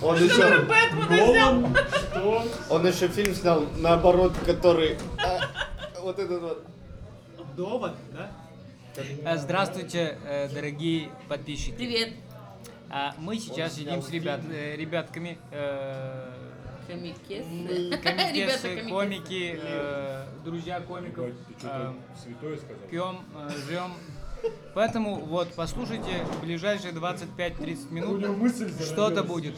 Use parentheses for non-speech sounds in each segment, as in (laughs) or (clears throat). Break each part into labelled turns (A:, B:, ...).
A: Он еще,
B: Голом? Что?
A: он еще фильм снял, наоборот, который... а, вот этот вот.
B: Довод, да?
C: Э, Здравствуйте, э, дорогие подписчики.
D: Привет.
C: А, Мы сейчас сидим с ребят, э, ребятками. э,
D: (laughs) Комикесы. Ребята,
C: Комикесы,
D: комикесы.
C: комики, э, друзья комиков. э,
B: Ты что-то святое сказал?
C: Пьем, жрем. Поэтому вот, послушайте в ближайшие 25-30 минут.
B: мысль
C: Что-то будет.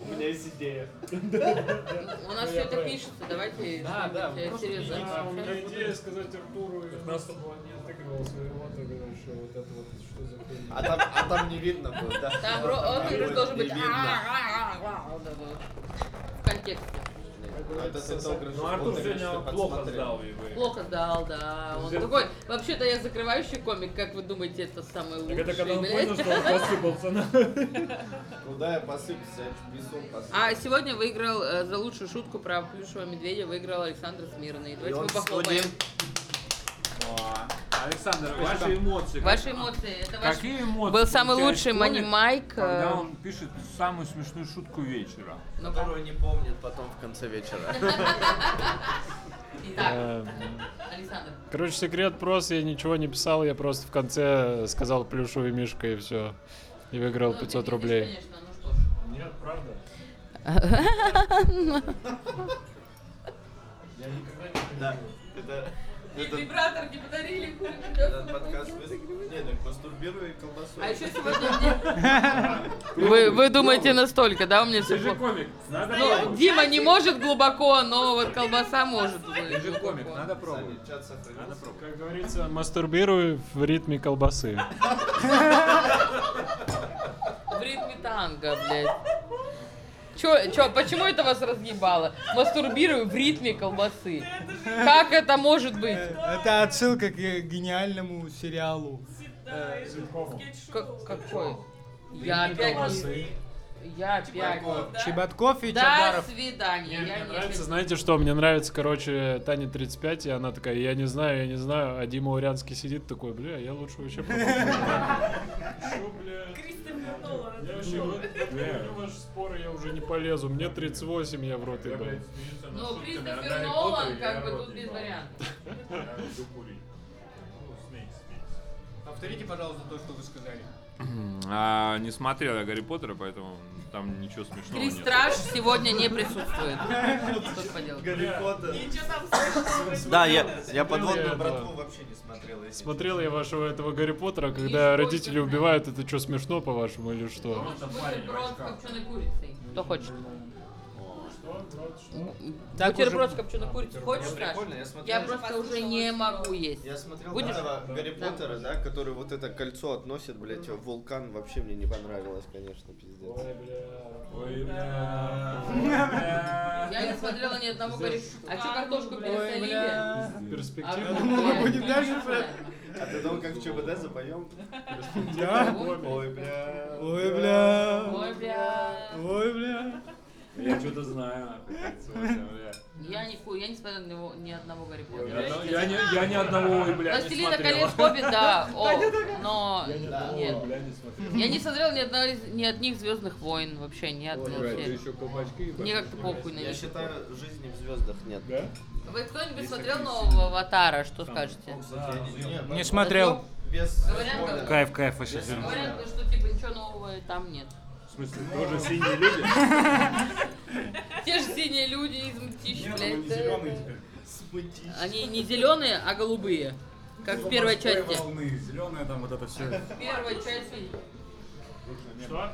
E: У меня есть идея.
D: У нас все это пишется, давайте
C: Да, да,
D: что-нибудь, э,
C: просто
D: серьезно.
B: А, у меня
D: Сейчас буду.
B: идея сказать Артуру, чтобы он не отыгрывал своего, тогда еще вот это вот, что за хуйня.
A: А там, а там не видно будет, да?
D: Там ро- отыгрыш
A: будет
D: должен
A: не
D: быть «А,
A: видно.
D: «А-а-а-а-а», а», вот это вот. в контексте.
A: Вот этот отыгрыш,
E: Ну, Артур
A: вот это,
E: сегодня
A: что
E: плохо
A: подсмотрел.
E: сдал его.
D: Плохо сдал, да. Он
E: Взял.
D: такой, вообще-то я закрывающий комик, как вы думаете, это самый лучший,
E: Так это когда он
D: блядь?
E: понял, что он посыпался
F: (laughs)
E: на...
A: Куда я посыпался? Я в песок посыпался.
D: А сегодня выиграл э, за лучшую шутку про плюшевого медведя выиграл Александр Смирный.
A: И
D: Давайте
A: он
D: мы
A: в студии.
D: похлопаем.
E: Александр, ваши эмоции.
D: Ваши эмоции. Это ваш
E: Какие эмоции?
D: был самый
E: получает
D: лучший
E: комик,
D: манимайк.
E: Когда
D: э,
E: он пишет самую смешную шутку вечера.
D: ну,
A: Которую не помнит потом в конце вечера.
D: Итак, Александр.
F: Эм, Короче, секрет прос, я ничего не писал, я просто в конце сказал плюшевый мишка и все. И выиграл
D: Ну,
F: 500
D: ты
F: рублей.
D: видишь, конечно, ну что ж.
B: Нет, правда?
A: Да, это...
D: И
A: Это
D: Вибратор не подарили, хули,
A: этот
D: придётся.
A: подкаст... вы- Не, так мастурбируй и колбасу.
D: А еще сегодня мне... Вы, вы думаете настолько, да, у меня все
E: Ты же комик, надо
D: Ну,
E: пробовать.
D: Дима не может глубоко, но вот колбаса может.
E: Ты же комик,
D: глубоко.
E: надо пробовать.
A: Саня, чат сохранился?
E: Надо пробовать.
F: Как говорится, мастурбирую в ритме колбасы.
D: В ритме танго, блядь. Чё, чё, почему это вас разъебало? Мастурбирую в ритме колбасы. Как это может быть?
G: Это отсылка к э, гениальному сериалу. Э,
D: Как- какой? Я опять... не- Я опять... не-
G: Чеботков и
D: До
G: Чабаров.
D: свидания. Я
F: Мне
D: не-
F: нравится, знаете что, мне нравится, короче, Таня 35, и она такая, я не знаю, я не знаю, а Дима Урянский сидит такой, бля, я лучше (laughs) вообще попробую». Шо, бля? Я вообще
D: (laughs)
F: в это- я люблю ваши споры, я уже не полезу, мне 38, я в рот ебал.
D: Ну, Кристофер Нолан, как бы тут без вариантов.
E: Ну,
G: Повторите, пожалуйста, то, что вы сказали.
E: А, не смотрел я Гарри Поттера, поэтому там ничего смешного
D: Крис
E: нет.
D: Страж сегодня не
E: (laughs)
D: присутствует. Что ж поделать.
A: Гарри Поттер.
H: Да, я,
A: Я подводную
F: это-
A: братву вообще не смотрел. если
F: Смотрел я вашего этого Гарри Поттера, когда родители убивают, это что, смешно, по-вашему, или что?
D: Может, будет брод с копченой курицей. Кто хочет. М,
G: Так уже- А,
D: Бутерброд с копченой курицей хочешь,
A: честно.
D: Саш?
A: Прикольно, я смотрел.
D: Я просто уже не могу есть.
A: Я смотрел
D: Будешь?
A: этого Гарри Поттера, да, который вот это кольцо относит, блядь, в вулкан. Вообще мне не понравилось, конечно, пиздец.
E: Ой, бля. Ой, бля.
D: Я (laughs) не смотрела ни одного Гарри А что, картошку пересолили?
G: Бля.
D: А
F: Перспектива.
G: Мы будем дальше про-
A: А ты думал, как в ЧБД запоем?
G: Да?
A: Ой, бля.
G: Ой, бля.
D: Ой, бля.
G: Ой, бля.
E: Я что-то знаю, нахуй, кольцо, бля.
D: Я нихуя, я не смотрела ни его- ни одного Гарри
E: Я
D: Поттера.
E: там- Я не- я ни одного, ой, бля, не
D: Властелина
E: смотрел.
D: колец Хоббит, да, о, но нет.
E: Бля, не смотрел.
D: Я не смотрела ни, одного из- ни одних Звездных войн, вообще ни одной серии. Мне как-то похуй на
A: Я
D: них.
A: считаю, жизни в звездах нет.
E: Да?
D: Вы кто-нибудь смотрел нового аватара? Что скажете?
A: Кстати, я не- не-
G: Не смотрел.
A: Без
D: Говорят,
A: спойлеров.
D: как-
H: кайф вообще фильм.
D: Говорят, что типа ничего нового там нет.
E: В смысле, тоже синие люди?
D: Те же синие люди из мтищ, блядь. да, да.
A: Смутить.
D: Они не зеленые, а голубые. Как в первой части.
H: Зеленая там вот это все.
D: В первой части.
F: Что?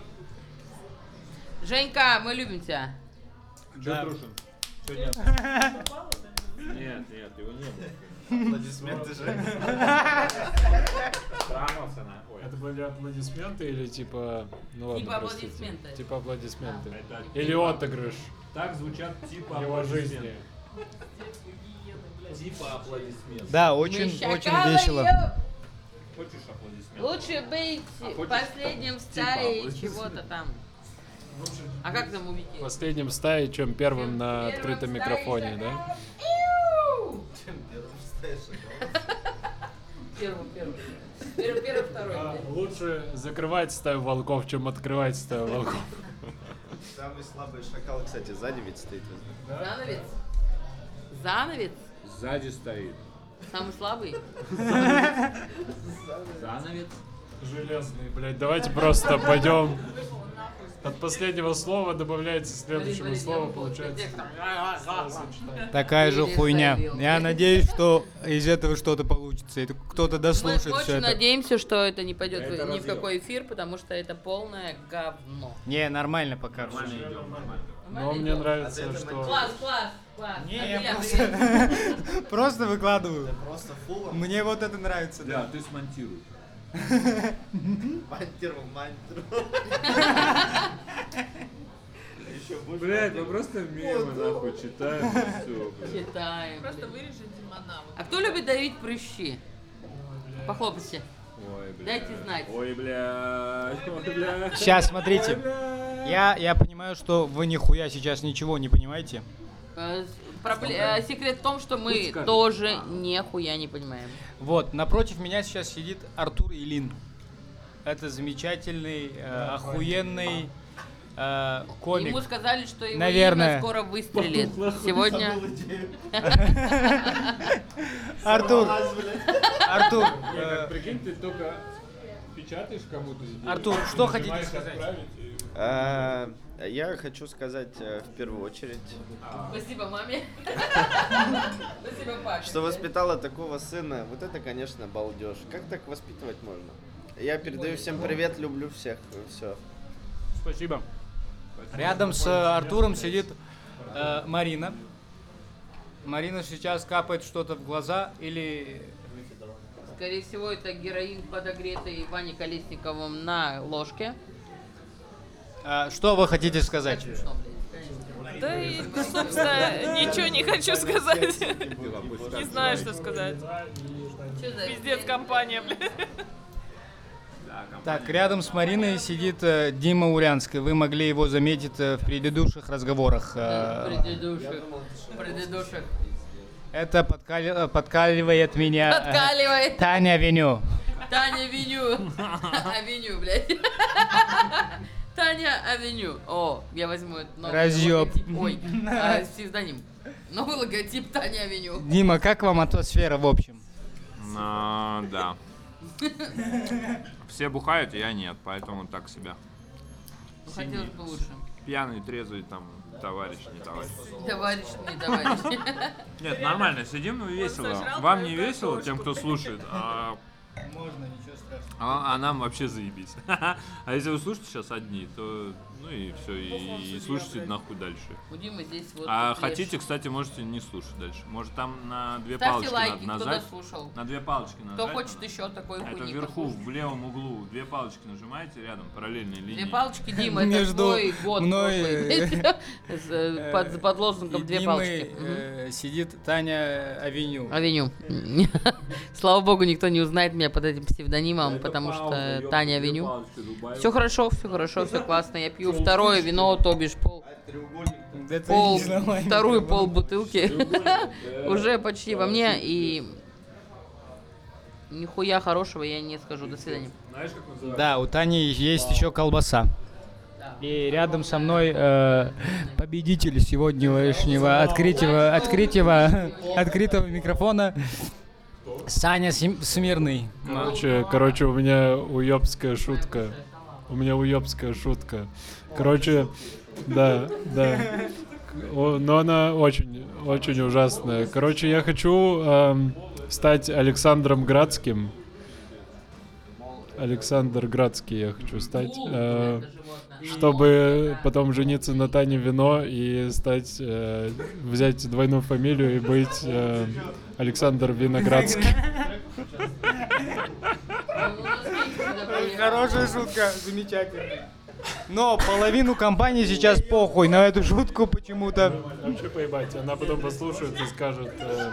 D: Женька, мы любим тебя.
G: Да.
E: Нет, нет, его не было.
A: Аплодисменты же.
E: Трамался на... Ой,
F: Это были аплодисменты или типа... Ну ладно,
D: Типа
F: простите.
D: аплодисменты.
F: Типа аплодисменты.
E: это...
F: Или отыгрыш
E: Так звучат типа
F: его жизни.
E: аплодисменты. Типа аплодисмент.
G: Да,
D: Мы
G: очень
D: щакалы,
G: весело.
D: ёп.
E: Хочешь аплодисмент?
D: Лучше быть
H: А
E: хочешь
D: последним в
H: типа
D: стае чего-то там. А как там у Вики?
F: Последним в стае, чем первым Типа на
D: Первым
F: открытом
D: в стае
F: микрофоне,
D: шакал.
F: да?
D: Иу! а
A: Первым стоишь, да?
D: Первым, первым. Первым,
F: А,
D: первым, второй.
F: Лучше закрывать стаю волков, чем открывать стаю волков.
A: Самый слабый шакал, кстати, сзади ведь стоит.
D: Занавес? Занавес?
I: Сзади стоит.
D: Самый слабый?
I: Занавес.
F: Железный, блядь. Давайте просто пойдем. От последнего слова добавляется следующему слову, получается.
C: Такая же
D: Или
C: хуйня.
D: Савил.
C: Я надеюсь, что из этого что-то получится. Это кто-то
D: Мы
C: дослушает все
D: очень
C: это.
D: надеемся, что это не пойдет
J: Это
D: ни в
J: разъеб.
D: какой эфир, потому что это полное говно.
C: Не, нормально пока.
I: Нормально идем, нормально.
F: Но мне нравится, что...
D: Класс, класс, класс.
C: Не, я
D: Андрея, привет.
C: просто... просто выкладываю.
A: Просто фулом
C: Мне вот это нравится, да.
I: Да, ты смонтируй.
A: мантер в мантеру. Еще больше.
I: Блять, мы просто мемы нахуй читаем и все, блядь.
D: Читаем.
K: Просто
D: блин.
K: вырежете манаву.
D: А кто любит давить прыщи? Похлопайте.
I: Ой, блядь.
D: Дайте знать.
I: Ой, блядь. Ой, блядь.
C: Сейчас, смотрите. Я, я понимаю, что вы нихуя сейчас ничего не понимаете.
D: Э, с- пробле- э, Секрет в том, что мы тоже
C: А.
D: нихуя не понимаем.
C: Вот, напротив меня сейчас сидит Артур Илин. Это замечательный, э, охуенный э, комик.
D: Ему сказали, что его
C: Наверное.
D: имя скоро выстрелит. Сегодня
C: Артур, Артур, э,
F: Прикинь, ты только печатаешь кому-то здесь.
C: Артур, что хотите сказать?
A: А, Я хочу сказать э, в первую очередь,
D: Спасибо
C: (laughs)
D: маме. Спасибо папе.
A: что воспитала такого сына. Вот это, конечно, балдеж. Как так воспитывать можно? Я передаю всем привет, люблю всех. Все.
C: Спасибо. Рядом с э, Артуром сидит э, Марина. Марина сейчас капает что-то в глаза или...
D: Скорее всего, это героин, подогретый Ване Колесниковым на ложке.
C: э, что вы хотите сказать?
D: Смешно, блин.
K: Да и, собственно, ничего не хочу сказать. Не знаю, что сказать.
D: Чё за
K: Пиздец, компания, блядь.
C: Так, рядом с Мариной сидит э, Дима Урянский. Вы могли его заметить э, в предыдущих разговорах. э,
D: Предыдущих. Предыдущих.
C: это подкали- э, подкаливает меня э,
D: Подкаливает.
C: Таня Веню.
D: Таня
C: (laughs)
D: Авеню. Авеню, блядь. (laughs) Таня Авеню. О, я возьму этот новый
C: Разъёб.
D: логотип.
C: (laughs)
D: Ой, а, псевдоним. Новый логотип Таня Авеню.
C: Дима, как вам атмосфера в общем?
L: А, да. Все бухают, я нет, поэтому так себя.
D: Ну, Хотелось бы лучше.
L: Пьяный, трезвый там товарищ, не товарищ.
D: Товарищ, не товарищ.
L: Нет, нормально, сидим, ну и весело. Вам не весело, тем, кто слушает, а,
C: Можно, ничего страшного.
L: а- а нам вообще заебись. (laughs) А если вы слушаете сейчас одни, то ну и все, и, и слушайте нахуй дальше.
D: У Димы здесь вот...
L: А
D: леш.
L: хотите, кстати, можете не слушать дальше. Может там на две
D: Ставьте
L: палочки
D: лайки,
L: надо
D: кто
L: нажать.
D: дослушал.
L: На две палочки нажать.
D: Кто хочет
L: надо.
D: еще такой
L: Это
D: хуйни
L: вверху,
D: послушать.
L: в левом углу, две палочки нажимаете рядом, параллельные линии.
D: Две палочки,
C: (laughs)
D: Дима, это
C: Между
D: твой год
C: мной,
D: прошлый. (laughs) С, э, под- С под лозунгом две
C: э,
D: палочки. А Мгм.
C: сидит Таня Авеню.
D: Авеню. (laughs) Слава богу, никто не узнает меня под этим псевдонимом, потому что Таня Авеню.
J: (laughs)
D: (laughs) Все хорошо, все хорошо,
C: (laughs)
D: все классно. Я пью второе вино, то бишь пол,
C: Да ты
D: пол
C: не знала,
D: вторую
C: я
D: пол (laughs) бутылки. Уже почти во мне и нихуя хорошего я не скажу. До свидания.
C: не- Да, у Тани есть еще колбаса. И рядом со мной э, победитель сегодняшнего открытия, открытия, открытого микрофона Саня Сим- Смирный.
F: Короче, короче, у меня уебская шутка. У меня уебская шутка. Короче, да, да. О, Но она очень, очень ужасная. Короче, я хочу эм, стать Александром Градским. Александр Градский я хочу стать. э, чтобы потом жениться на Тане Вино и стать, э, взять двойную фамилию и быть э, Александр Виноградский.
C: Хорошая шутка, замечательная. Но половину компании сейчас похуй на эту шутку почему-то.
F: Вообще поебать, она потом послушает и скажет, э,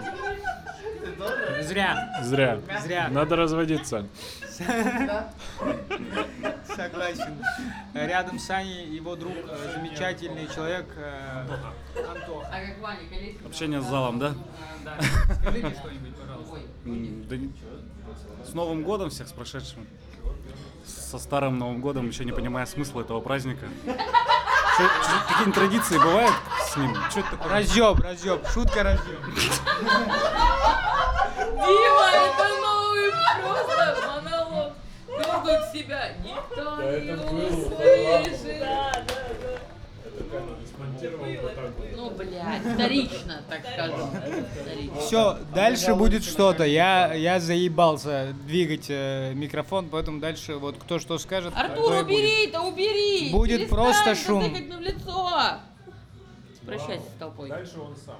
C: Зря.
F: зря,
C: Зря.
F: надо разводиться.
C: Согласен. Рядом с Саней его друг, э, замечательный человек э, Антоха.
D: А как Ваня Колесников?
J: Общение с залом, да?
C: Да, скажи мне что-нибудь, пожалуйста.
J: М, Да ничего. С Новым годом всех, с прошедшим. Со старым Новым годом, еще не понимая смысла этого праздника.
H: Чё- чё- Какие-нибудь традиции бывают с ним? Что это такое?
C: Разъеб, разъеб, шутка разъеб.
D: Дима, это новый просто монолог. Дергают себя. Никто не услышит. Ну, блядь, вторично, так скажем. Это вторично.
C: Все, дальше будет что-то. Я, я заебался двигать э, микрофон, поэтому дальше вот кто что скажет.
D: Артур,
C: то и будет.
D: убери это, убери!
C: Будет
D: Перестань
C: просто
D: ты
C: шум.
D: тыкать мне в лицо! Прощайся с толпой.
B: Дальше он сам.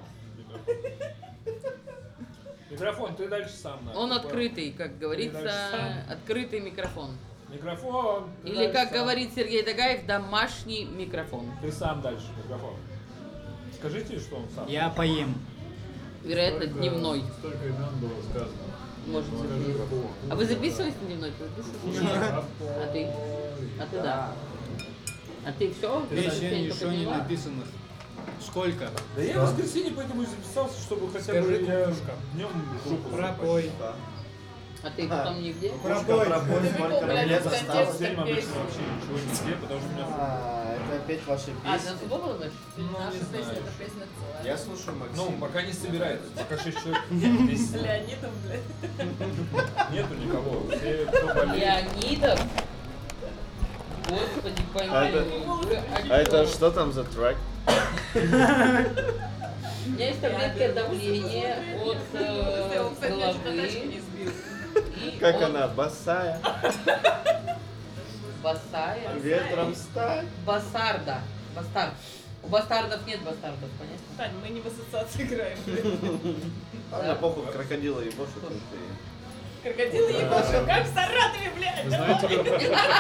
B: Микрофон, ты дальше сам. нахуй.
D: Он открытый, как говорится,
B: дальше
D: открытый микрофон.
B: Микрофон. ты
D: Или,
B: дальше
D: как
B: сам.
D: говорит Сергей Дагаев, домашний микрофон.
B: Ты сам дальше микрофон. Скажите, что он сам.
G: Я поем.
D: Вероятно, дневной.
B: Столько имен было сказано.
D: Может быть. А вы записывались на дневной? Ты записываешься? А ты? А ты да. А ты все?
C: написано. Сколько?
B: Да я в воскресенье поэтому и записался, чтобы хотя бы
C: Скажи,
B: я
C: кукушка.
B: днем группу
C: Пропой.
D: А ты потом нигде?
A: Пропой, сколько
M: блядь,
A: лет
M: в
A: осталось.
M: контексте песни.
B: вообще ничего не сделал, потому что у меня...
A: А, Это опять ваши
D: А, ты на
A: песни.
D: футбол играешь?
A: Ну,
M: Наша песня, это песня целая.
A: Я слушаю Максима.
B: Ну, пока не собирается, пока 6 человек вместе.
M: Леонидов, блядь.
B: Нету никого. Все, кто болеет.
D: Леонидов? Господи,
A: А
D: поймали.
A: это-
D: уже один.
A: А это что там за трек?
D: У меня есть таблетки от давления, от э, головы и
A: Как
D: от
A: она? Босая.
D: басая.
A: Ветром стать.
D: Басарда. Бастард. У бастардов нет бастардов, понятно?
M: Тань, мы не в ассоциации играем.
A: Ладно, похуй, крокодила ебошит. он ты.
M: Крокодилы ебашу, как в Саратове, блядь.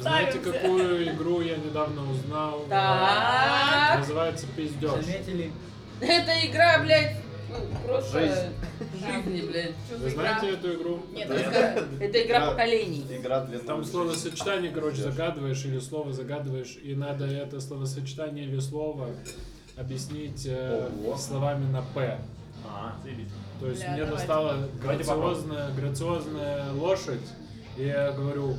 F: Знаете,
M: Ставимся.
F: какую игру я недавно узнал?
D: Так.
F: Называется «Пиздёж».
D: Это игра, блядь, ну, просто
A: Жизнь.
D: жизни, блядь.
F: Вы знаете эту игру?
M: Нет,
A: Да.
D: Это игра поколений.
A: Игра для
F: Там
A: двух жизней.
F: словосочетание, короче, загадываешь или слово загадываешь, и надо это словосочетание или слово объяснить э,
A: Ого.
F: словами на «п».
E: А, заебись.
F: То есть
M: Бля,
F: мне
M: давайте.
F: достала
E: Давайте попробуем.
F: грациозная, грациозная лошадь, и я говорю,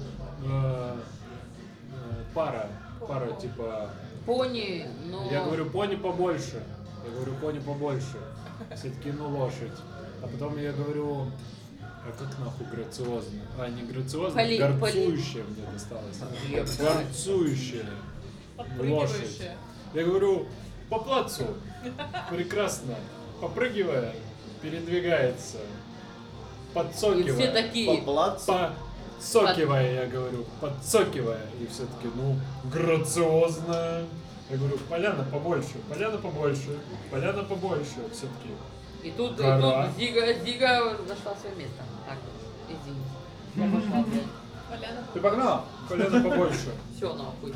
F: э, э, пара, пара, типа,
D: Пони,
M: Ну
D: но...
F: я говорю, пони побольше, я говорю, пони побольше, все-таки, ну, лошадь. А потом я говорю, а как нахуй грациозно? А, не грациозно,
D: Поли-
F: горцующая мне досталась.
D: Ебать.
F: Горцующая лошадь.
M: Подпрыгивающая.
F: Я говорю, по плацу, прекрасно, попрыгивая, передвигается,
D: И все
F: подсокивая,
A: По
D: такие.
A: плацу.
F: подсокивая, я говорю, подсокивая, и все таки ну, грациозно. Я говорю, поляна побольше, поляна побольше, поляна побольше, все таки
D: И тут, и
F: Гора.
D: тут Зига, Зига нашла свое место. Так, извините. Я пошла, блядь.
M: Поляна.
F: Ты погнал? Поляна побольше.
D: Все, нахуй.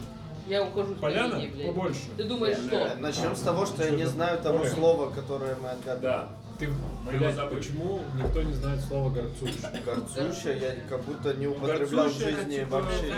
D: Я ухожу с
F: Поляна
D: комедии, блядь.
F: побольше.
D: Ты думаешь, что?
A: Начнем Э, с того, что я не знаю того слова, которое мы отгадали.
F: Да. Ты, блядь, почему никто не знает слово горцующий?
A: Горцущая я как будто не употреблял в жизни
L: типа
A: вообще.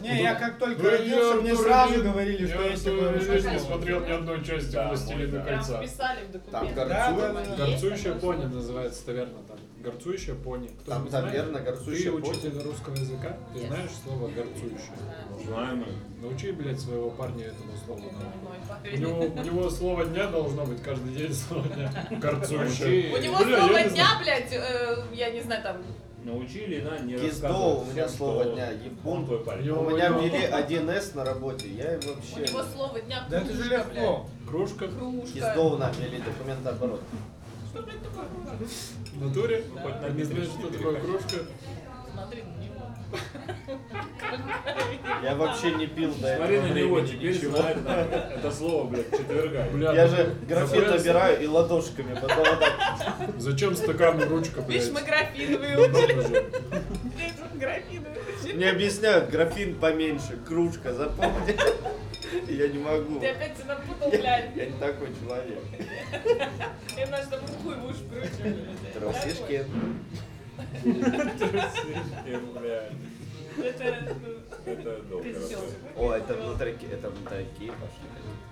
C: Не, я как
F: Ну,
C: только
F: родился, мне сразу
C: говорили,
F: Я в свою жизнь не смотрел ни одной части «Властелина
M: Прям
F: кольца».
M: вписали в
A: Там
M: документы.
A: горцу,
F: Горцующая пони называется таверна там. Горцующая пони.
A: там
F: Кто-нибудь знает?
A: таверна,
F: Ты
A: горцущая пони.
F: учитель русского языка, ты
D: Yes.
F: знаешь слово горцующее?
L: Знаем.
F: Научи, блядь, своего парня этому слову. нахуй.
M: Ой,
F: У
M: поверь.
F: него, у него слово дня должно быть каждый день слово дня.
L: Научи.
F: Горцующее.
M: У него
F: Бля, я
M: слово
F: не знаю.
M: дня, блядь, э, я не знаю, там,
L: Научили, на, не
A: Гиздо,
L: рассказывай
A: у меня
L: всем,
A: слово
L: что
A: дня, ебун.
L: он твой (laughs) парень.
F: Ё-
A: У меня ввели 1С на работе, я и
M: у него
A: вообще...
M: слово дня
C: Да это же
M: кружка, блядь.
C: легко.
F: Кружка
M: Кружка.
A: Гиздо у нас ввели документооборот.
M: Что, блядь, такое кружка?
F: в натуре.
L: Хоть на
F: Ты не знаешь,
L: Дмитрича
F: что
L: не
F: такое
L: переходи.
F: кружка.
M: Смотри ну, на него.
A: Я вообще не пил до
L: Смотри
A: этого
L: на него,
A: времени
L: теперь
A: ничего.
L: знает нахуй. это слово, блядь, четверга.
F: Бля,
A: Я
F: ну,
A: же графит
F: зачем-
A: набираю и ладошками, потом вот так.
F: Зачем стакан и ручка,
M: Видишь,
F: блядь?
M: мы графин выучили.
F: Надо же.
M: Графин выучили.
A: Мне объясняют, графин поменьше, кружка, запомни. Я не могу.
M: Ты опять тебя напутал, блядь.
A: Я не такой человек.
M: Я наш там хуй в уши кручу.
A: Трусишки.
L: Э, бля,
M: Это, ну,
L: Это долго.
M: пиздец.
A: О, это внутрики, это внутрики пошли.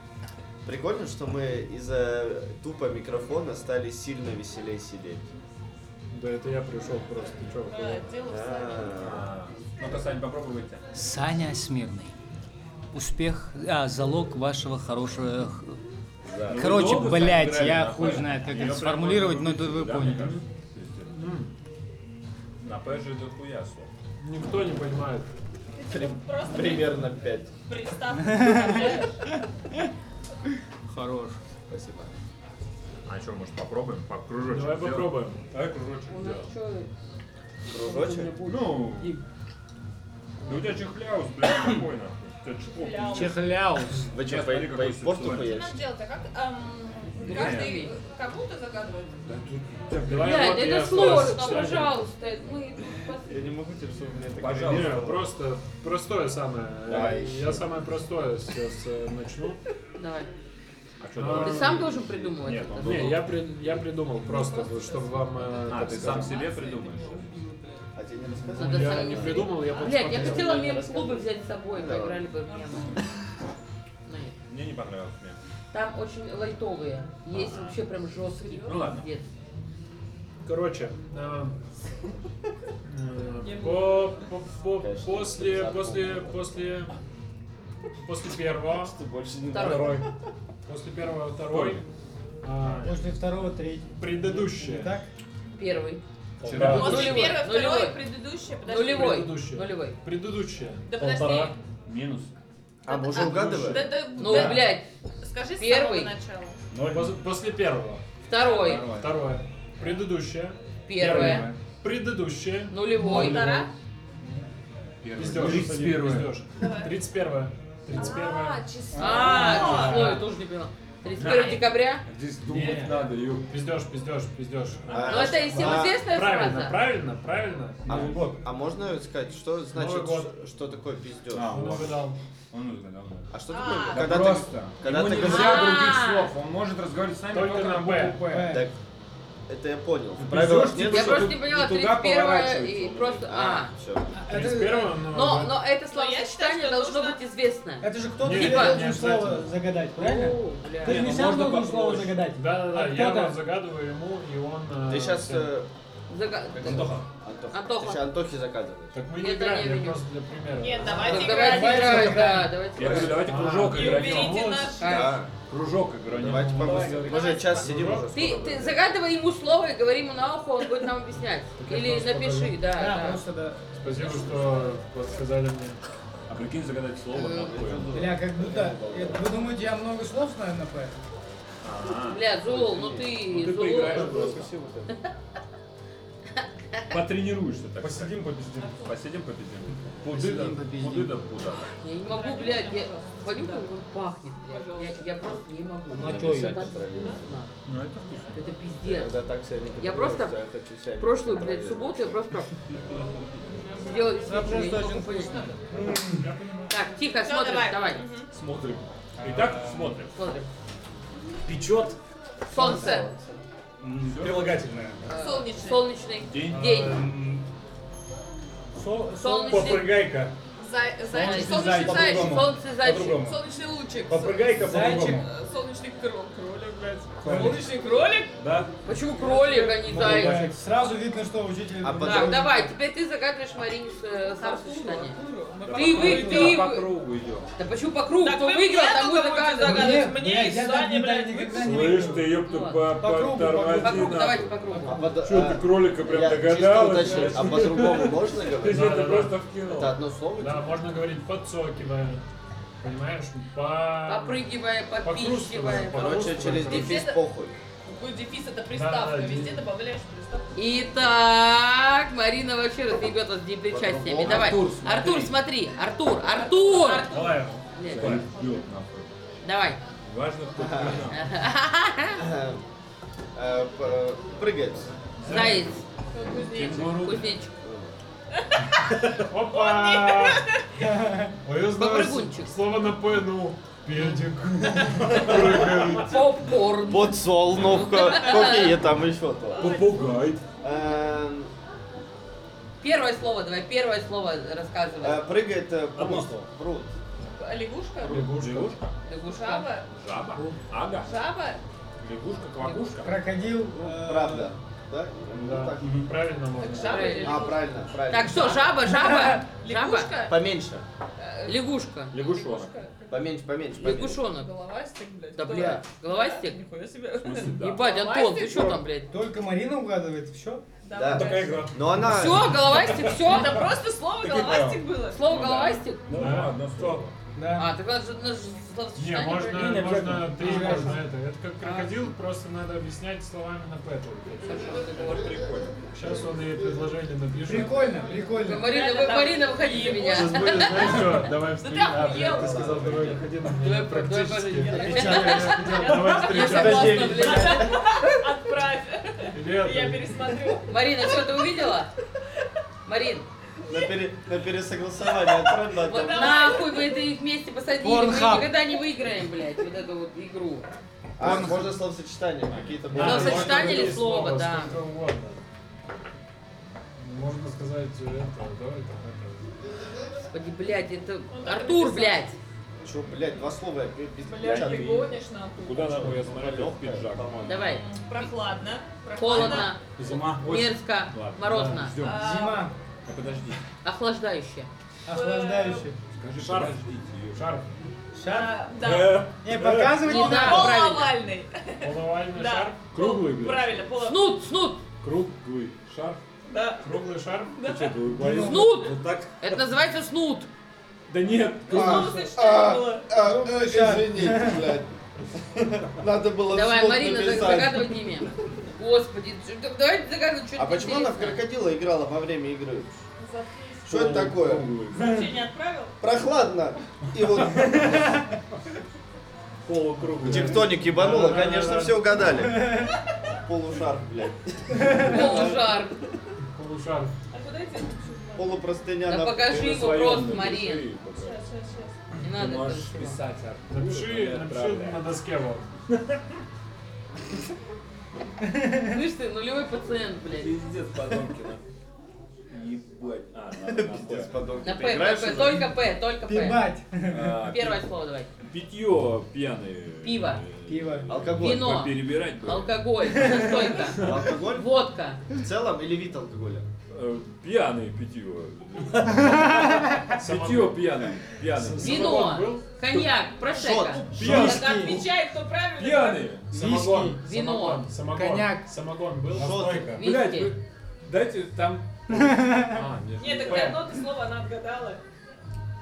A: Прикольно, что мы из-за тупо микрофона стали сильно веселее сидеть.
F: Да это я пришел просто, чё,
M: Да, дело в самом.
A: А,
L: А, Ну-ка, Сань, попробуй выйти.
G: Саня Смирный. успех, а, залог вашего хорошего... х-
L: Да.
G: Короче,
L: Ну,
G: блядь,
L: правильно,
G: я
L: да.
G: хуй знает, как
L: Я
G: это
L: прям
G: сформулировать, но
L: подумал,
G: это вы
L: да,
G: поняли.
L: мне кажется, естественно. На П же это хуя слово.
F: Никто не понимает.
A: Примерно 5.
G: Хорош.
L: Спасибо. А что, может попробуем? По кружочек
F: Давай
L: сделаем?
F: попробуем.
L: Давай кружочек сделаем.
A: Кружочек?
L: Ну, да у тебя чехляус, блядь, какой нахуй? У тебя чехол.
G: Чехляус.
A: Вы что,
L: Нет,
A: по,
L: смотри,
A: по
L: какой
A: экспорту
L: сексуальный.
A: хуяете?
K: Наш дело-то как?
D: Ну,
K: эм, Каждый кому-то загадывает?
F: Давай
D: Блядь,
F: вот я
D: это
F: с-
D: сложно,
F: с-
D: пожалуйста. Мы...
A: Я не могу тебе, чтобы у меня такая
F: Не, просто простое самое.
A: Давай
F: Я самое простое сейчас э, начну.
D: Давай.
L: А что, давай?
D: Ты сам должен придумывать
L: Нет,
D: это.
L: он
F: Не,
L: должен-
F: я, при- я придумал просто, вот, чтобы вам... э,
L: Ну, А,
F: так
L: ты
F: сказать.
L: сам себе придумаешь?
A: А тебе не рассказывать?
D: Надо
F: Я
D: сам-
F: не придумал, я просто...
D: Блядь, я хотела мем-клубы взять с собой,
A: Давай.
D: поиграли бы в мемы. Но нет.
L: Мне не понравилось мне.
D: Там очень лайтовые. Есть вообще прям жесткие.
L: Ну ладно.
D: пиздец.
F: Короче, э, э, по- по- по- после, после, после, после первого,
A: Ты больше не
D: Второй.
F: второй, после первого, второй, а,
G: После второго, третьего.
F: предыдущее.
G: Так?
D: Первый.
F: Вчера.
K: После
D: Ну, Нулевой,
K: первой, второй,
D: нулевой.
K: предыдущая, подожди.
D: Нулевой.
F: Предыдущее.
D: Нулевой.
F: Предыдущее.
K: Да
F: Полтора.
K: подожди.
L: Минус.
A: А, мы уже угадываем?
K: Да, да,
D: Ну,
K: да.
D: блядь,
K: Скажи с
D: первый.
K: самого начала.
F: После, после первого.
D: второй,
F: Второе. Предыдущее.
D: первое,
F: Предыдущее.
K: Ну,
D: нулевой,
K: Полтора?
F: Пиздёж. Пиздёж. 31. 31.
K: А, часы.
D: А, число, я тоже не поняла. 31 декабря?
L: Здесь
F: думать
L: надо, ю.
F: Пиздёж, пиздёж, пиздёж.
A: А,
D: Ну это и всем
A: а,
D: известная
F: Правильно,
D: фраза.
F: правильно, правильно.
A: А, а можно сказать, что значит,
F: год.
A: ш- что такое пиздеж?
L: А,
F: Он
L: вот.
F: угадал.
L: Он угадал. да.
A: А что
K: А.
A: такое?
K: Да
A: когда
H: просто.
A: Ты, когда ты говоришь-
K: нельзя других слов,
H: он может разговаривать с нами
F: Только только на на «Б». букву
H: П.
A: Так, это я понял. В правилах нет?
D: типа, Я
H: что
D: просто
H: тут
D: не поняла,
H: не туда
D: 31 и
H: поворачивается.
D: просто... А,
A: Все.
F: 31, но...
D: но, но это
K: Ну, я считаю,
D: словосочетание
K: что
D: должно
K: нужно-
D: быть известное.
G: Это же кто-то
F: Нет,
G: тебе
D: не
G: должен
F: обязательно.
G: слово загадать, правильно?
D: О, бля.
G: Ты же не сам должен слово загадать.
F: Да, да, да,
G: А
F: я
G: кто-то?
F: его загадываю ему, и он. э,
A: Ты сейчас...
F: всё.
D: Зага-
A: Антоха.
D: Антоха.
A: Ты сейчас Антохи заказываешь.
F: Так мы
D: это
F: не играем,
D: не
F: я
D: видел.
F: просто для примера.
K: Нет,
D: Ну,
K: давайте
D: Давайте
K: играть.
D: играть, да, давайте
L: Я
D: играть.
L: говорю, давайте
F: А,
L: кружок
F: и
L: игранем.
K: Уберите
F: Вот.
K: наш
D: А,
A: Да.
L: Кружок игранем.
A: Давайте побыстрее. Мы же час сидим уже.
D: Ты,
A: скоро
D: ты
A: будет.
D: загадывай ему слово и говори ему на ухо, он будет нам объяснять.
F: Так я
D: Или
F: просто
D: напиши, да,
G: Да,
D: да.
G: просто да.
F: Спасибо, что подсказали мне.
L: А прикинь загадать слово такое.
G: Бля, как будто...
C: э,
G: Вы думаете, я много слов знаю на П?
L: А.
D: Бля, Зул, ну ты,
F: Ты
D: Зул.
F: поиграешь
A: Ну,
F: просто.
L: Потренируешься так. сказать.
F: Посидим, победим.
L: Посидим, победим. Пуды да пуды да пуда.
D: Я не могу, блядь, я... Понюхай, он пахнет, блядь. Я, я просто не могу. Ну
G: а чё я?
D: Это вкусно.
L: Ну это вкусно.
D: Это
A: Я
D: пиздец.
A: когда так себя не
D: Я
A: контролирую,
D: просто
A: я хочу себя не
D: Прошлую, блядь,
A: контролировать.
D: субботу я просто сделала действительно, я не могу понять. Так, тихо,
K: Всё,
D: смотрим,
K: давай.
D: давай.
L: Смотрим. Итак, смотрим.
D: Смотрим.
H: Печет
D: Солнце.
H: прилагательное. Э,
D: э,
K: Солнечный.
D: Солнечный.
L: День.
D: День. Солнечный.
H: Попрыгайка.
K: Зай-
D: Солнечный
K: Зайчик. Солнечный
H: Зайчик.
K: зайчик.
D: зайчик. Солнце зайчик.
H: По-другому.
K: Солнечный лучик.
H: Попрыгайка
G: Зайчик.
H: по-другому.
K: Э, Солнечный кролик. Кролик, блядь.
H: Кролик.
K: Солнечный кролик?
H: Да?
D: Почему кролик, а не зайчик?
G: Сразу видно, что учитель...
A: А потом-
D: Так, давай, теперь ты загадываешь Марине э, словосочетание. Ты
L: По
D: вы,
L: кругу
D: ты
L: идем, По
D: вы.
L: кругу идем.
D: Да почему по кругу?
K: Так
D: Кто
K: вы
D: выиграл,
K: мне
D: тому и
K: только будете
D: загадывай.
K: загадывать. Мне и Сане, блядь, вы-
L: Слышь ты, ёпта,
D: Ну
L: по-
G: По кругу,
L: потормози
D: По кругу,
L: нахуй.
D: давайте по кругу.
A: А под-
L: Чё
A: а,
L: ты кролика прям
A: я чисто
L: догадалась?
A: уточню, а по-другому можно
L: Ты
A: говорить?
L: же это просто вкинул.
A: Это одно слово? типа?
F: Да, можно говорить подсокивая. Понимаешь? По...
D: Попрыгивая,
F: Покручиваем.
D: подпихивая.
A: Короче, через дефис
K: Где-то-
A: похуй. (clears throat)
K: Какой дефис, это
F: Да,
K: приставка.
F: да,
K: Везде
F: дефис.
K: добавляешь приставку.
D: Итак, Марина вообще разъебет с непричастиями. Давай.
L: Артур, смотри.
D: Артур, смотри. Артур, Артур!
F: Давай.
D: Блядь,
L: Идёт нахуй.
D: Давай.
L: Важно, кто придумал.
A: Э, э, п- Прыгать.
D: Заяц,
L: Кенгуру.
D: кузнечик,
F: Опа! (laughs) А я знаю
D: Попрыгунчик.
F: с- слово на П, ну, педик. Прыгает.
D: попкорн.
A: Подсол, ну какие там еще то. Эм,
L: Попугай.
D: Первое слово, давай, первое слово рассказывай.
A: Прыгает э, пруд. Пруд.
K: А лягушка?
L: Лягушка.
D: Лягушка.
K: Жаба?
L: Жаба. Ага.
K: Жаба?
L: Лягушка, квакушка.
C: э,
G: Крокодил.
A: Правда. Да?
F: Да. Мгм, Правильно можно.
D: жаба или
A: А,
D: лягушка?
A: правильно, правильно.
D: Так что, жаба, жаба, жаба,
K: (laughs) Лягушка?
A: Поменьше.
D: лягушка,
A: Лягушонок. Поменьше, поменьше, поменьше.
D: лягушонок.
K: Головастик, блядь.
D: Да,
K: кто
D: блядь,
K: это?
D: головастик?
K: Нихуя себе.
D: Ебать, Антон, ты
K: Головастик?
D: что там, блядь?
C: Только Марина угадывает, все?
A: Да.
L: Такая игра.
A: Но она...
D: Все, головастик, все.
K: Это просто слово
L: Такие
K: головастик было.
D: Слово головастик?
L: Ну ладно, стоп.
D: А, так надо же надо же
F: Не,
D: словосочетание
F: можно,
D: проверить.
F: можно три, можно это. Это как крокодил,
D: А.
F: просто надо объяснять словами на Пэта. Сейчас он и предложение напишет.
C: Прикольно, прикольно.
D: Марина, вы, Марина, выходи за меня.
F: Сейчас будет, знаешь что, давай
D: Да ты
F: встречаться. А, Ты сказал, давай выходи на меня
D: Давай, про- давай,
F: практически.
D: пожалуйста.
F: Давай
D: Я согласна,
F: встречаться.
D: блядь.
K: Отправь. Я
F: Лето.
K: пересмотрю.
D: Марина, что ты увидела? Марин,
A: На, пере- на пересогласование отправь на
D: вот
A: там.
D: нахуй вы это их вместе посадили, мы
C: Порнхаб.
D: никогда не выиграем, блядь, вот эту вот игру.
A: А, можно словосочетание какие-то
F: Да,
A: будут?
D: Ну,
F: можно
D: сочетание или
F: выбрать
D: слово, да.
F: сколько угодно. Можно сказать э, это, давай так.
D: Господи, блядь, это...
K: так
D: Артур,
K: написал.
D: блядь!
A: Чё, блядь, два слова, я без без А,
K: Бля,
A: печатки.
K: ты гонишь нахуй.
L: Куда нахуй я смотрел в пиджак?
D: Давай.
K: Прохладно.
D: Холодно,
L: Зима, осень.
D: мерзко,
L: Ладно.
D: морозно,
L: Ждем.
K: А,
C: Зима,
L: А подожди.
D: охлаждающе.
C: охлаждающе.
L: Скажи,
F: Шарф.
L: подождите её.
F: Шарф.
C: Шар?
L: Э.
K: Да.
C: Не, показывать не
D: Не
C: надо.
D: надо.
K: Полуовальный.
F: Половальный шарф.
K: Да.
L: Круглый, блядь.
K: Правильно, полуовальный.
D: Снут, снут,
L: Круглый шарф.
K: Да.
F: Круглый шарф.
L: Ты что, долбоёб?
D: Снуд!
L: Вот так?
D: это называется снут.
L: Да нет.
K: Ну, слово сочетание было.
A: А, э, извините, блядь. Надо было
D: Давай,
A: вслух
D: Марина,
A: написать.
D: загадывай имя. Господи, чё- да- давайте загадывать что-нибудь
A: А почему она в
D: интересное.
A: крокодила играла во время игры?
K: Заткнись.
A: Что это такое?
L: Круглый.
K: Вообще не отправил?
A: Прохладно. И вот
L: Полукруглый.
A: тектоник ебануло, конечно, все угадали. Полушар, блядь.
D: Полужар.
F: Полушарф.
K: А куда эти? Сейчас,
A: Полупростыня
D: Да
A: на...
D: покажи его
L: своём
D: просто,
L: напиши,
D: Марин.
L: пока.
K: сейчас, сейчас.
D: Не
L: Ты
D: надо
L: можешь
D: этого всего.
L: писать, Артур.
F: Напиши, напиши
L: Отправляй.
F: на доске вот.
D: Слышь ты, нулевой пациент, блядь.
L: Пиздец, подонки, нахуй. Ебать. А, надо на
A: Пиздец,
L: П.
A: подонок.
D: На
A: Ты
D: П, на
A: играешь
D: П,
A: уже?
D: только П, только П.
C: Пибать.
L: А,
D: Первое слово давай.
L: Питье пьяное.
D: Пиво.
C: Пиво.
A: Алкоголь.
D: Вино.
L: Перебирать. бы.
D: Алкоголь, настойка,
A: Ну, Алкоголь
D: водка,
A: в целом или вид алкоголя?
L: Э, Пьяное
D: (laughs)
L: питье. Питье пьяное. Пьяное.
D: вино,
F: был?
D: коньяк, просека,
L: Пьяное.
K: Так отвечай, кто правильно.
L: Пьяное.
F: Самогон.
D: Вино.
F: Самогон. Самогон.
C: Коньяк.
F: Самогон был.
A: Шот.
F: Настойка.
L: Блять,
D: виски.
L: вы дайте там... А,
K: Нет,
L: же
K: так
L: П.
K: ты одно ты слово она отгадала.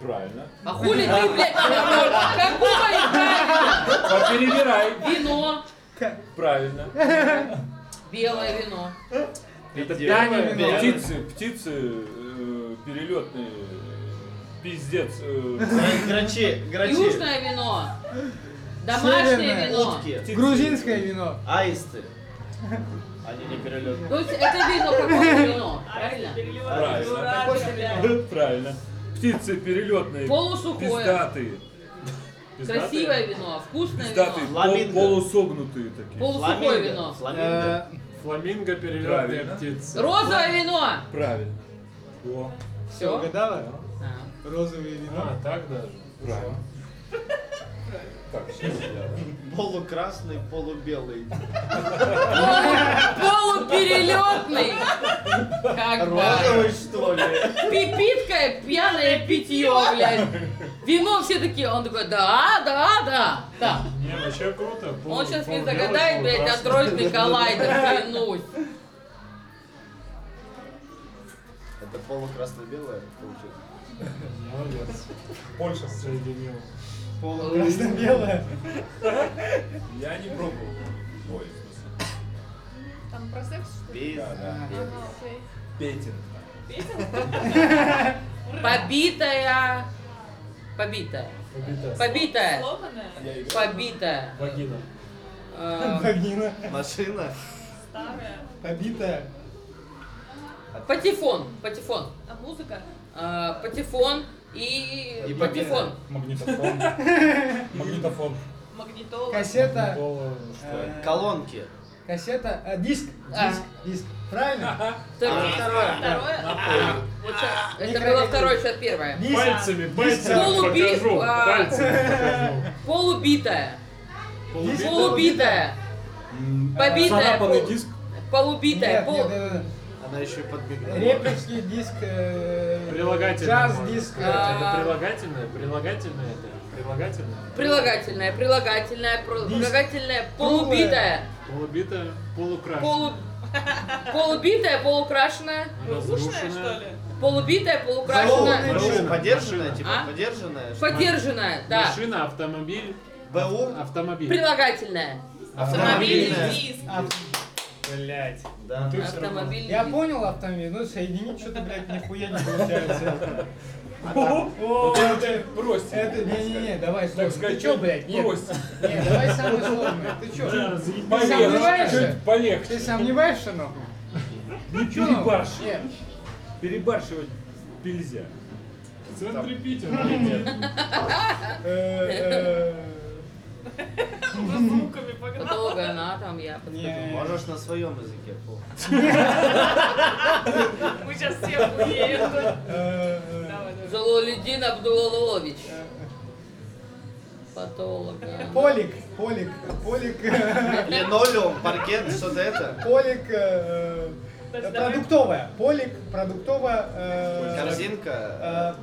L: Правильно.
D: А хули ты, блядь, какое правильно?
L: Перебирай.
D: Вино,
L: Правильно.
D: белое вино.
L: Это
A: Пьяное вино.
L: Птицы, птицы э, перелетные. э, Пиздец. э,
A: Грачи, грачи.
D: Южное вино. Домашнее
C: Северное.
D: вино.
A: Утки.
C: Грузинское вино.
A: Аисты. Они не перелетные.
D: То есть это вино какое вино, правильно?
K: Переливай.
L: Правильно.
K: Дурак, блядь.
L: Правильно. Птицы перелетные.
D: Полусухое,
L: Пиздатые. Пиздатые?
D: красивое вино, вкусное
L: Пиздатые,
D: вино,
L: пол-
A: Фламинго.
L: полусогнутые такие.
D: полусухое вино,
A: Фламинго.
C: Э,
F: Фламинго перелетные
L: Правильно.
F: птицы.
D: розовое вино.
L: Правильно. О,
C: Все,
D: Все.
C: угадала? Розовое вино.
F: А, так даже.
L: правильно. Так, сейчас я.
A: Э, Полукрасный, полубелый.
D: Полуперелетный. Как бы.
A: Розовый, что ли?
D: Пипитка, пьяное питье, блядь. Вино все такие. Он такой, да, да, да, да.
F: Не, вообще круто. Пол-
D: Он сейчас не
F: пол белый,
D: загадает,
F: пол
D: блядь,
F: красный.
D: андроидный коллайдер, клянусь.
A: Это полукрасно-белое получилось.
F: Молодец. Больше соединил.
C: Красно-белое.
L: Я не пробовал. Ой, в смысле.
K: Там про секс, что ли?
A: Без.
K: Ага, окей.
L: Петин.
D: Побитая. Побитая. Побитая.
K: Сломанная?
L: Я играю.
D: Побитая.
F: Вагина.
D: Э,
C: Вагина.
A: Машина.
K: Старая?
C: Побитая.
D: Патефон. Патефон.
K: А музыка?
D: Э, Патефон и,
A: И
D: патефон.
L: Магнитофон. Магнитофон.
K: Магнитола?
C: Кассета.
F: Пола-
C: э,
A: Колонки.
C: Кассета. а, Диск.
D: А.
C: Диск. Диск. Правильно?
D: Второй.
C: А.
K: Второе?
D: Вот щас- Это было второе, сейчас первое.
C: Диск.
F: Пальцами, пальцами
D: Полуби-
F: покажу.
D: а.
F: Пальцами
D: Полубитая.
F: покажу.
D: Полубитая. Побитая.
L: Царапанный
D: пол-
L: диск.
D: полубитая,
C: Нет,
D: пол...
C: нет, нет, нет.
A: Она еще и подбегала.
C: Реперский диск, э,
F: Прилагательное.
C: джаз
F: может.
C: диск.
D: А.
F: Это прилагательное? Прилагательное это? Прилагательное?
D: прилагательная, прилагательная, про- прилагательная, полубитая,
F: Полубитое, полукрашенное. (laughs)
D: полу... полубитая, полукрашенная,
K: Разрушенная, что ли?
D: полубитая, полукрашенная,
F: Машина.
A: Подержанная, типа,
D: А?
A: подержанная. что ли?
D: подержанная, да,
F: Машина, автомобиль,
A: БУ?
F: А, автомобиль.
D: прилагательная,
K: Автомобильный диск.
F: Блять.
A: Да.
D: А? автомобиль,
C: э, Я понял автомобиль, ну соединить что-то, блядь, нихуя не получается. О, это-
B: Брось.
C: Это, не-не-не, давай, слушай, ты
B: сказать,
C: чё, блядь, нет,
B: Брось.
C: нет, давай самое сложное, ты чё,
B: Полегче.
C: сомневаешься?
B: Чуть полегче.
C: ты сомневаешься, нахуй?
L: Не
C: Чё?
L: перебарщивай.
C: Нет.
L: Перебарщивать нельзя.
F: В центре Питера. летят.
C: Э,
K: Звуками погнал.
D: долго она там, я
C: э, не.
A: Можешь на своем языке. Пол.
K: Мы сейчас все уедем.
C: Э, э,
K: Давай, давай.
D: Залулидин Абдулалович, патолога.
C: Полик, полик, полик, э,
A: Линолеум, паркет, что-то это.
C: полик, э, э,
K: Дальше давай.
C: продуктовая, полик, продуктовая, э,
A: Корзинка.
C: э,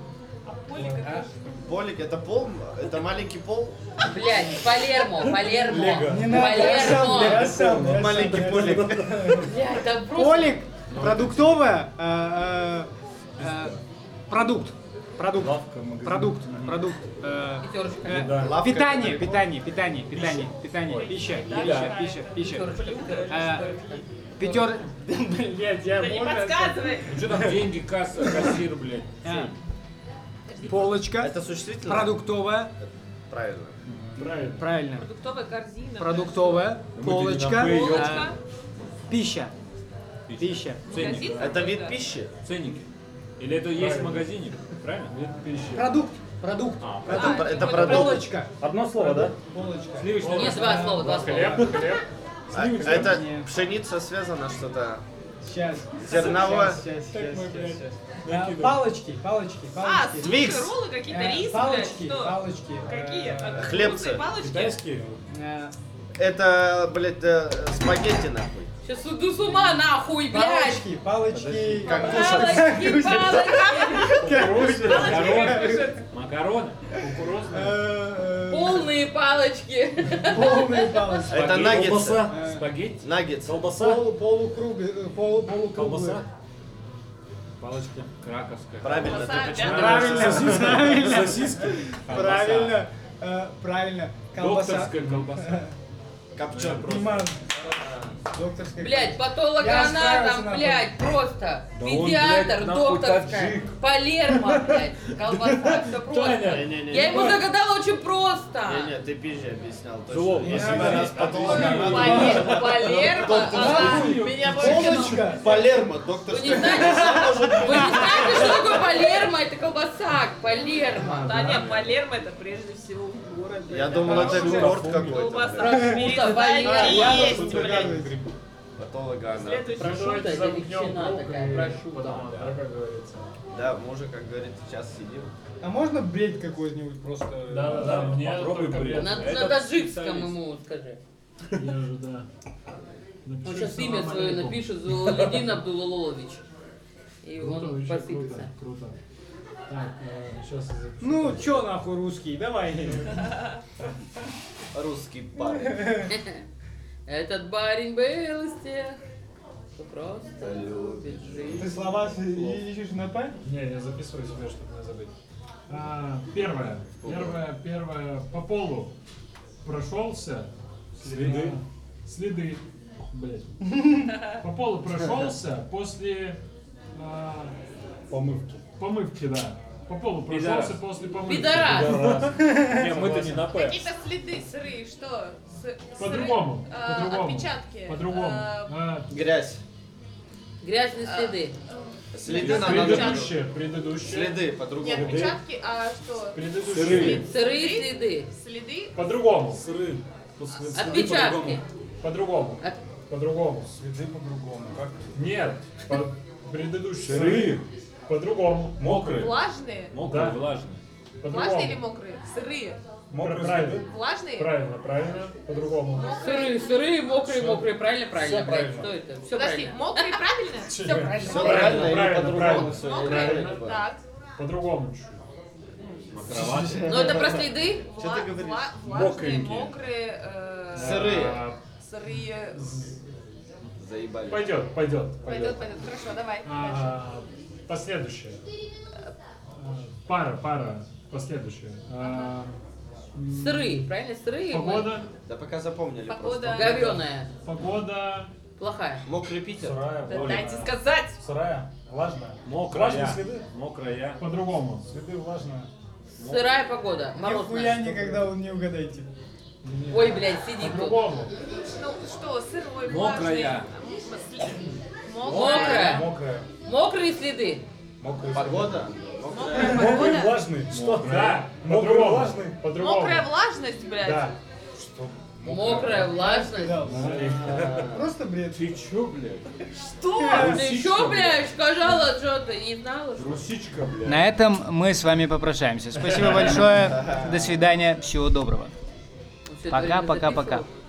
K: А Полик это ж-
A: Полик, это пол, это маленький пол.
D: Блять, Палермо, Палермо,
C: не надо, я сам, я
D: Палермо.
C: сам, я сам,
A: Маленький
C: я
A: полик.
C: сам.
D: Блядь, да просто...
C: Полик, продуктовая, э, э, э, продукт, продукт, продукт, продукт, э,
D: Пятерочка.
C: э,
A: Лавка
C: питание,
A: это
C: питание, питание, питание, питание, пища, пища, пища, пища, Э, пятер,
F: Блять, я
K: Да не подсказывай.
F: Ну
L: Что там деньги, касса, кассир, блядь?
C: э, полочка,
A: Это существительное?
C: продуктовая,
A: Правильно.
F: Правильно.
C: правильно,
K: Продуктовая корзина.
C: продуктовая, полочка,
L: на «П»,
C: э,
K: Полочка.
C: пища, пища,
L: Ценник.
K: Магазин?
A: Это вид
K: Да.
A: пищи?
L: А, Ценники. Или это есть в магазине? Правильно?
F: Нет пищи.
C: продукт, продукт,
A: Это,
K: А,
A: это
K: типа
A: продукт.
C: полочка,
H: Одно слово, да?
C: полочка.
L: Сливочное
D: Не два слова, два слова.
F: Хлеб, хлеб.
A: А, это пшеница связана что-то.
C: Сейчас.
A: Зерновое.
C: Сейчас, сейчас, сейчас, сейчас. А, Палочки, палочки,
K: А,
C: палочки.
A: Твикс.
K: слушай, роллы какие-то,
C: Э,
K: рис, блядь,
C: Палочки,
K: что?
C: палочки. э,
K: Какие? А,
A: хлебцы.
K: круглые Палочки?
F: Китайский.
C: э,
A: Это, блядь, э, спагетти нахуй.
D: Сейчас иду с ума нахуй, блядь.
C: Палочки, палочки.
A: Как
D: Палочки, палочки.
L: Макароны. Макароны.
F: Кукурузный.
C: Э, э,
D: Полные палочки.
C: Полные палочки.
A: Это наггетсы.
C: Э,
L: Спагетти.
A: Наггетсы.
L: Колбаса.
C: Полу, полукруг, э, полу, полукруглые.
L: Колбаса. Палочка краковская.
A: Правильно, ты
K: Колбаса,
A: почему?
K: да.
C: Правильно, правильно,
L: Сосиски.
C: правильно, э, правильно. Колбаса. Э,
L: Докторская колбаса.
A: Копчен просто.
C: Лиман. Докторская.
D: Блядь,
C: справился,
D: патологоанатом,
C: нахуй.
D: блядь, просто.
L: Да он,
D: Педиатр,
L: блядь, нахуй
D: докторская,
L: таджик.
D: Палермо, блядь,
L: (laughs)
D: колбаса, все просто.
A: Не-не-не.
D: Я ему загадала очень просто.
A: Не-не, ты пизже объяснял.
L: Зло.
A: Точно. Если бы нас патологоанатом-
D: Пале- Палермо, а, меня вообще...
C: Полочка.
A: Палермо,
D: Вы не
A: докторская.
D: знаете, что- вы не знаете, что такое Палермо? Это колбаса, Палермо.
K: Да нет, Палермо это прежде всего город.
A: Я думал, это экспорт какой-то.
K: Колбаса, пицца,
D: А,
K: варенье есть, блядь.
A: Патологоанатом.
K: Следующий.
F: Прошу,
D: Шута,
F: давайте
D: это
F: замкнем
D: ветчина
F: круг
D: такая,
F: и-
D: прошу,
F: Да, да, как говорится.
A: Да, мы уже, как говорится, сейчас сидим.
C: А можно бред какой-нибудь просто?
F: Да, да, да, мне
L: попробуй
F: только
L: бред.
D: На,
F: бред.
D: на таджикском ему скажи.
F: Я же, да.
D: Он
F: Напиши
D: сейчас
F: «Салам
D: имя свое
F: алейкум».
D: напишет Зулудин Абдулалович. И
F: Круто,
D: он
F: вообще
D: посыпется.
F: Круто, круто. Так, сейчас я запишу.
C: Ну, чё нахуй русский, давай.
A: Русский парень.
D: Этот барень был из тех, кто просто любит
C: Ты
D: жизнь.
C: слова с- ищешь на память?
F: Не, я записываю себе, чтобы не забыть. А, первое. Первое, первое. По полу прошелся.
L: Следы.
F: А, Следы. Блять. По полу прошелся после а,
L: Помывки.
F: помывки, да. По полу
L: Пидорас.
F: прошелся после помывки.
D: Пидорас!
L: Не, мы-то не на П.
K: Какие-то следы сырые, что? С-
F: По-другому,
K: сыры- а,
F: по-другому,
K: Отпечатки.
F: По-другому.
K: а,
F: А,
A: Грязь.
D: Грязные следы.
A: Следы на ногах.
F: предыдущее, предыдущее.
A: Следы
K: Не
A: по-другому.
K: отпечатки, а что?
F: Предыдущее.
D: Сырые следы.
K: Следы?
F: По-другому.
L: Сыры.
D: Отпечатки.
F: По-другому.
D: От-
F: По-другому.
H: Следы по-другому. Как?
F: Нет. по- Предыдущие.
L: Сыры.
F: По-другому.
L: Мокрые.
K: Влажные?
L: Мокрые,
F: Да.
L: влажные.
K: Влажные или
F: По-другому.
K: мокрые? Сырые.
F: Мокрые
N: Правильно.
F: следы?
K: Влажные?
F: ну, Правильно, правильно. По-другому.
D: Сырые, сырые, мокрые, мокрые. Правильно, правильно,
F: Всё
D: блядь.
F: правильно.
D: Что это? Все
K: Подожди,
D: правильно.
K: мокрые правильно? Все правильно.
F: Всё
K: Мокрые.
F: правильно, правильно,
A: по-другому
F: правильно.
A: всё, я
K: Мокрые,
A: правильно
K: так.
F: По-другому чуть.
K: Ну это про следы.
A: Чё
K: Вла-
A: ты говоришь?
K: вла- Влажные,
F: Мокренькие.
K: мокрые. э,
F: Сырые.
K: Сырые.
A: Заебали.
F: Пойдет, пойдет,
K: Пойдет,
F: пойдет.
K: пойдет. Хорошо, давай.
F: А, Последующее. А, Пара, пара. Последующее. А, м,
D: Сырые, правильно? Сырые.
F: Погода.
A: Да пока запомнили
K: Погода.
D: Говеная.
F: Погода.
D: Плохая.
A: Мокрый Питер.
O: Сырая,
K: Да
O: влажная.
K: Дайте сказать.
O: Сырая, влажная.
L: Мокрая.
O: Влажные следы?
L: Мокрая.
F: По-другому.
O: Следы влажные.
D: Сырая погода.
C: Нихуя
D: Морозная.
C: никогда он не типа. угадайте.
D: Ой, блядь, сидит тут.
F: По-другому.
K: Ну что, сырой,
L: Мокрая.
K: влажный. М- Мокрая.
D: Мокрая.
O: Мокрая.
D: Мокрые следы.
O: Мокрые
A: Погода?
K: Мокрая
O: следы. Мокрые,
K: погода.
O: влажные. Что?
F: Да,
O: Мокрые,
F: по-другому.
O: влажные.
F: По-другому.
K: Мокрая влажность, блядь.
F: Да.
O: Что?
D: Мокрая влажность.
C: Просто бред.
L: Ты чё, блядь?
D: Что? Ты чё, блядь, сказала, что ты не знала, что ли?
L: Трусичка, блядь.
G: На этом мы с вами попрощаемся. Спасибо большое. До свидания. Всего доброго.
D: Всё это
G: Пока,
D: время
G: пока, пока.
D: записывала.